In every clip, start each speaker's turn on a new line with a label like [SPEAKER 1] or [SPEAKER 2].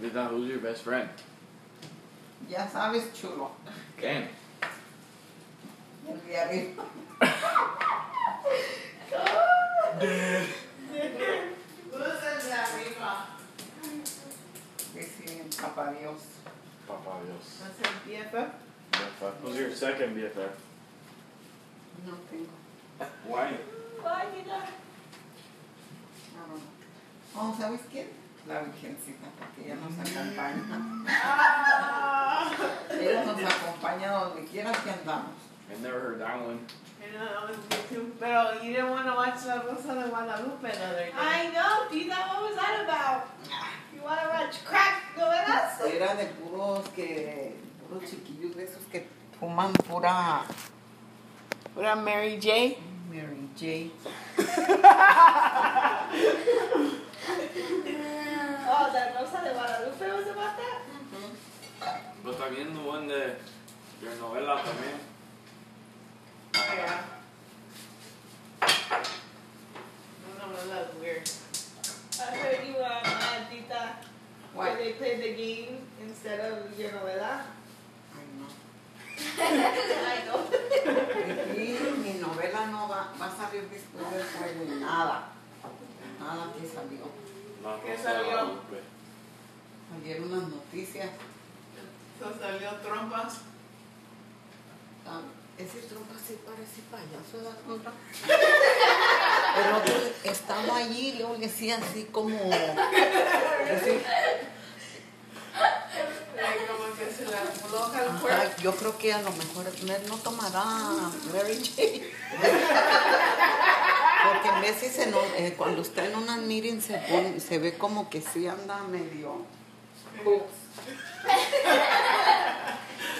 [SPEAKER 1] Did not who's your best friend?
[SPEAKER 2] Ya sabes, chulo.
[SPEAKER 1] Damn.
[SPEAKER 2] El de arriba. Usa el de arriba. Dice papá Dios.
[SPEAKER 1] Papa Dios.
[SPEAKER 2] ¿No es el BFF?
[SPEAKER 1] BFF.
[SPEAKER 3] Who's your second BFF?
[SPEAKER 2] No tengo.
[SPEAKER 1] Why?
[SPEAKER 2] No, no, no. Oh, ¿sabes quién? La Virgencita, porque ella nos acompaña.
[SPEAKER 4] Ah.
[SPEAKER 2] ella nos acompaña donde quiera que andamos.
[SPEAKER 1] I never heard that one.
[SPEAKER 4] I know that was me too. But you didn't want to watch La Rosa de Guadalupe the other day.
[SPEAKER 5] I know, Tita, what was that about? You want to watch crack novelas?
[SPEAKER 4] Uh-huh.
[SPEAKER 2] Era de puros que, puros chiquillos de esos que fuman pura
[SPEAKER 4] What up, Mary J?
[SPEAKER 2] Mary J.
[SPEAKER 5] Oh, that Rosa de Guadalupe was about that?
[SPEAKER 1] But también the one de your novela también.
[SPEAKER 4] Oh, yeah. I don't know, that's weird.
[SPEAKER 5] I heard you were mad, Tita, when
[SPEAKER 2] Why?
[SPEAKER 5] they played the game instead of your novela.
[SPEAKER 2] Ay, no.
[SPEAKER 5] I know.
[SPEAKER 2] Y mi novela no va, va a salir después del juego. Nada. Nada que salió.
[SPEAKER 1] La
[SPEAKER 4] ¿Qué
[SPEAKER 1] Rosa de
[SPEAKER 4] salió?
[SPEAKER 1] Guadalupe.
[SPEAKER 2] Salieron unas noticias.
[SPEAKER 4] So salió trompa.
[SPEAKER 2] Ah, Ese trompa sí parece payaso, ¿verdad, trompa? El otro estaba allí y luego le hacía así como. así.
[SPEAKER 4] Like, como que se le afloja el cuerpo.
[SPEAKER 2] Ay, yo creo que a lo mejor Mer no tomará Mary Jane. Porque en veces en un- eh, cuando está en una meeting se, pone- se ve como que sí anda medio.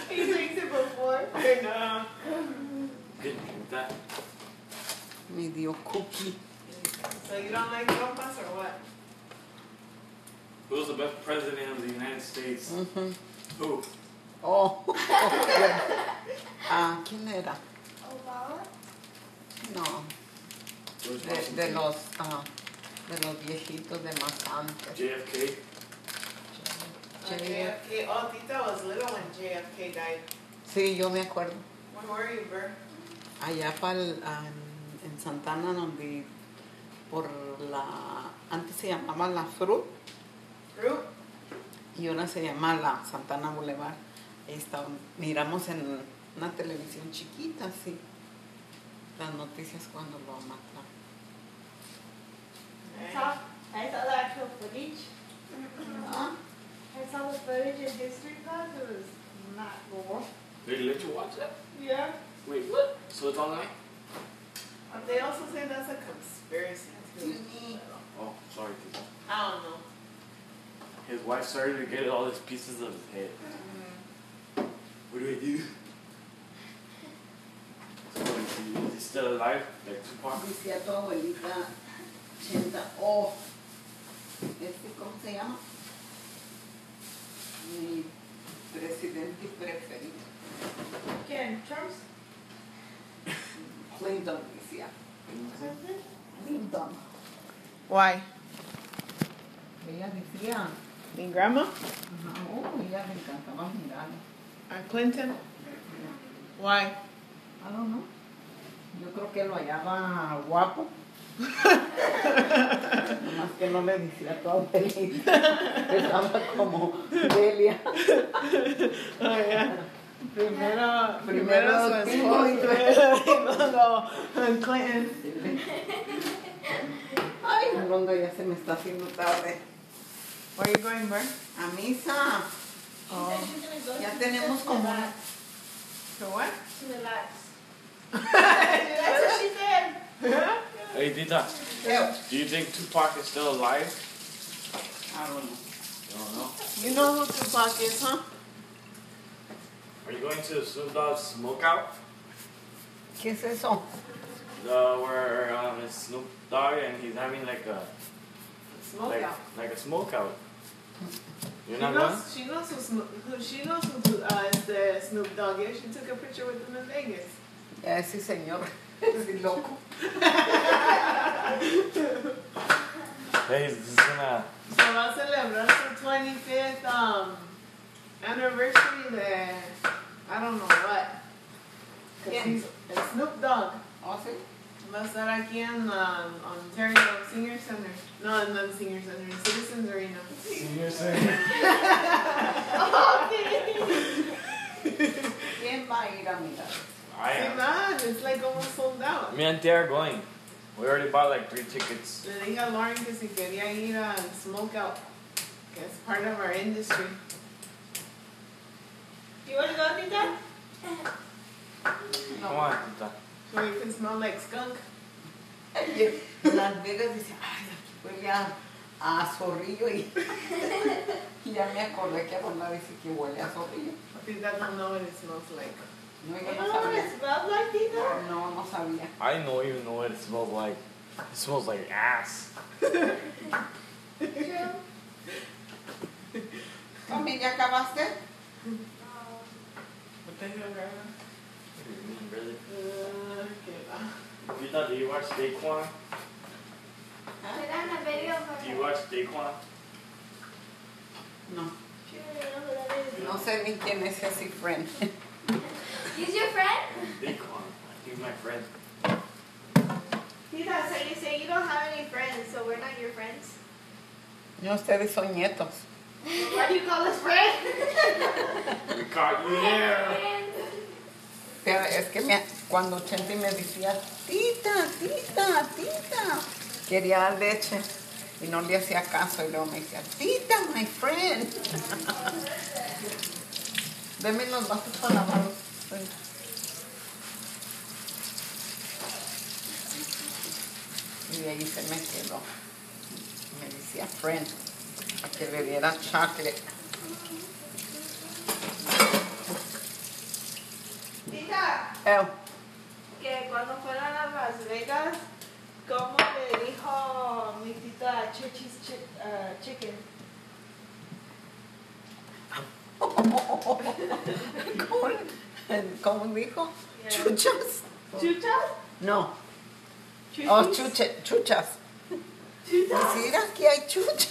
[SPEAKER 5] He drinks it before.
[SPEAKER 4] I know.
[SPEAKER 1] Good drink that.
[SPEAKER 2] medio cookie.
[SPEAKER 4] So you don't like trompas or what?
[SPEAKER 1] Who's the best president of the United States?
[SPEAKER 2] Ujú.
[SPEAKER 1] Who?
[SPEAKER 2] Oh, ah, ¿quién era?
[SPEAKER 4] Oh,
[SPEAKER 5] Obama?
[SPEAKER 2] No,
[SPEAKER 1] Who's
[SPEAKER 2] de, de los ah, de los viejitos de más antes.
[SPEAKER 1] JFK?
[SPEAKER 2] J-
[SPEAKER 4] JFK. Oh, Tita was little when JFK died.
[SPEAKER 2] Sí, yo me acuerdo.
[SPEAKER 4] When were you, bro?
[SPEAKER 2] Allá para en Santana donde por la antes se llamaba la Fruit
[SPEAKER 4] Group?
[SPEAKER 2] y ahora se llama la Santana Boulevard. Ahí está, miramos en una televisión chiquita así las noticias cuando lo mataron.
[SPEAKER 5] I saw, I saw the actual footage.
[SPEAKER 2] Ah,
[SPEAKER 5] I saw the footage in history class. It was not cool.
[SPEAKER 1] They let you watch that?
[SPEAKER 5] Yeah.
[SPEAKER 1] Wait, what? So it's online?
[SPEAKER 4] But they also say that's a conspiracy too.
[SPEAKER 1] Oh, sorry, Tito.
[SPEAKER 4] I don't know.
[SPEAKER 1] His wife started to get all his pieces of his head. What do I do? So is he- is he still alive? Like Tupac?
[SPEAKER 2] Dice a tu abuelita, Chenta, oh, este, ¿cómo se llama? Mi presidente preferido,
[SPEAKER 5] Again, Trump's
[SPEAKER 2] Clinton, decía. Clinton.
[SPEAKER 4] Why?
[SPEAKER 2] Ella decía,
[SPEAKER 4] Me grandma?
[SPEAKER 2] ajá, oh, ella le encantaba mirar.
[SPEAKER 4] Or Uh, Clinton? Why?
[SPEAKER 2] I don't know. Yo creo que lo hallaba guapo. Nomás que no le decía a tu abuelita. Estaba como Delia.
[SPEAKER 4] Oh, yeah. Primero,
[SPEAKER 2] Primero
[SPEAKER 4] primero su
[SPEAKER 2] Timo y
[SPEAKER 4] esposo. Y luego Clinton.
[SPEAKER 2] Ay, Rolando, ya se me está haciendo tarde.
[SPEAKER 4] Where are you going, Bert?
[SPEAKER 2] A misa.
[SPEAKER 4] Oh.
[SPEAKER 5] She's gonna go
[SPEAKER 2] Ya
[SPEAKER 5] to-
[SPEAKER 2] tenemos como una-
[SPEAKER 4] To what?
[SPEAKER 5] To relax. That's what she said.
[SPEAKER 1] Hey, Tita,
[SPEAKER 2] Creo.
[SPEAKER 1] do you think Tupac is still alive?
[SPEAKER 2] Ah, bueno.
[SPEAKER 1] I don't know.
[SPEAKER 4] You know who Tupac is, huh?
[SPEAKER 1] Are you going to the Snoop Dogg smokeout?
[SPEAKER 2] ¿Qué es eso?
[SPEAKER 1] The, where um, it's Snoop Dogg and he's having like a
[SPEAKER 4] Smoke
[SPEAKER 1] like,
[SPEAKER 4] out.
[SPEAKER 1] like a smokeout. You're
[SPEAKER 4] She
[SPEAKER 1] not going?
[SPEAKER 4] knows, she knows who, Snoop- who she knows who uh, is the Snoop Dogg is. She took a picture with him in Vegas.
[SPEAKER 2] Eh, sí, señor. Es loco.
[SPEAKER 1] Hey, this is gonna.
[SPEAKER 4] Se va a celebrar su 20 25th um, anniversary de I don't know what. 'Cause
[SPEAKER 2] ¿Quién?
[SPEAKER 4] he's- it's Snoop Dogg
[SPEAKER 2] ¿Oh, sí?
[SPEAKER 4] va a estar aquí en um, Ontario Senior Center. No, no en Senior Center, en Citizens Arena.
[SPEAKER 1] Senior Center.
[SPEAKER 2] ¿Quién va a ir a mirar?
[SPEAKER 1] I
[SPEAKER 4] Sí,
[SPEAKER 1] am.
[SPEAKER 4] man, it's like almost sold out.
[SPEAKER 1] Me and Tay are going. We already bought like three tickets.
[SPEAKER 4] Le dije a Lauren que si quería ir a Smoke Out, que es part of our industry.
[SPEAKER 5] You want to go, Tita?
[SPEAKER 1] Come on, Tita.
[SPEAKER 4] So you can smell like skunk.
[SPEAKER 2] Y Las Vegas dice, ay, aquí huele a, a zorrillo y, y ya me acordé que Amanda dice que huele a zorrillo.
[SPEAKER 4] Tita don't know what it smells like.
[SPEAKER 2] No,
[SPEAKER 5] You
[SPEAKER 2] yo no
[SPEAKER 5] don't know what
[SPEAKER 2] sabía.
[SPEAKER 5] it smells like, Tita?
[SPEAKER 2] No, no sabía.
[SPEAKER 1] I don't even know what it smells like. It smells like ass.
[SPEAKER 5] True.
[SPEAKER 2] ¿También ya acabaste?
[SPEAKER 5] No.
[SPEAKER 4] What the hell, girl? Uh, okay, va.
[SPEAKER 1] Tita, do you watch Daquan?
[SPEAKER 5] Se dan la video for
[SPEAKER 1] Do you
[SPEAKER 5] her.
[SPEAKER 1] watch Daquan?
[SPEAKER 2] No.
[SPEAKER 5] She don't even know who that is.
[SPEAKER 2] No sé ni quién es ese friend.
[SPEAKER 5] He's your friend?
[SPEAKER 1] Daquan. He's my friend.
[SPEAKER 5] Tita, so you say you don't have any friends, so we're not your friends?
[SPEAKER 2] No, ustedes son nietos.
[SPEAKER 5] Why do you call us friends?
[SPEAKER 1] We caught you there.
[SPEAKER 2] Pero es que me, cuando Chente me decía, tita, tita, tita, quería leche y no le hacía caso y luego me decía, tita, my friend. Deme los vasos para lavarlos. Y de ahí se me quedó. Me decía, friend, a que le diera chocolate.
[SPEAKER 5] Tita.
[SPEAKER 2] Oh,
[SPEAKER 5] que cuando fueron a Las Vegas, ¿cómo le dijo mi tita a Chuchi's chi- ah, Chicken?
[SPEAKER 2] ¿Cómo, cómo dijo? Chuchas.
[SPEAKER 5] ¿Chuchas?
[SPEAKER 2] No.
[SPEAKER 5] ¿Chuchis?
[SPEAKER 2] Oh, chuche, chuchas.
[SPEAKER 5] ¿Chuchas?
[SPEAKER 2] Decir aquí hay chuchas.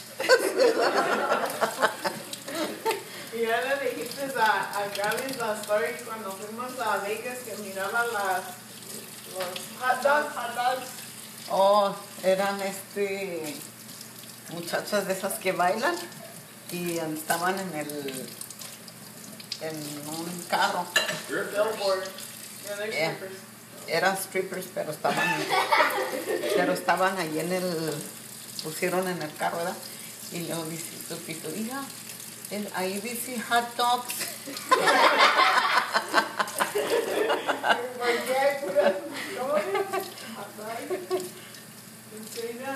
[SPEAKER 4] Y ya le dijiste a, a Gaby la story cuando fuimos a Vegas que miraba las, los hot dogs, hot dogs.
[SPEAKER 2] Oh, eran este muchachas de esas que bailan y estaban en el en un carro.
[SPEAKER 4] Billboard. Yeah, they're
[SPEAKER 2] Yeah.
[SPEAKER 4] strippers.
[SPEAKER 2] Eran strippers, pero estaban pero estaban ahí en el pusieron en el carro, ¿verdad? Y luego dice Lupito, hija, el- ahí dice hot dogs.
[SPEAKER 4] Porque puras flores, hot dogs. Enseguida,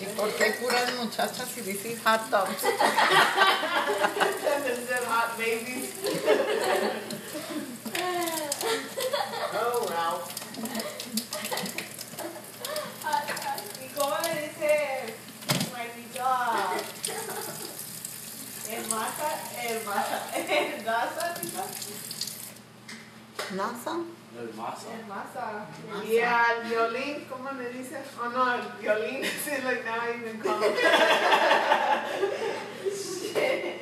[SPEAKER 2] ¿Y por qué hay puras muchachas y dice hot dogs?
[SPEAKER 4] they said hot babies. Oh, wow.
[SPEAKER 5] ¿Y cómo le dice mi tita?
[SPEAKER 4] El masa, el masa, el masa, tita.
[SPEAKER 2] NASA.
[SPEAKER 1] There's masa.
[SPEAKER 4] El masa. Yeah, el violín, ¿cómo le dice? Oh, no, el violín. See, like now I even call it.
[SPEAKER 5] Shit.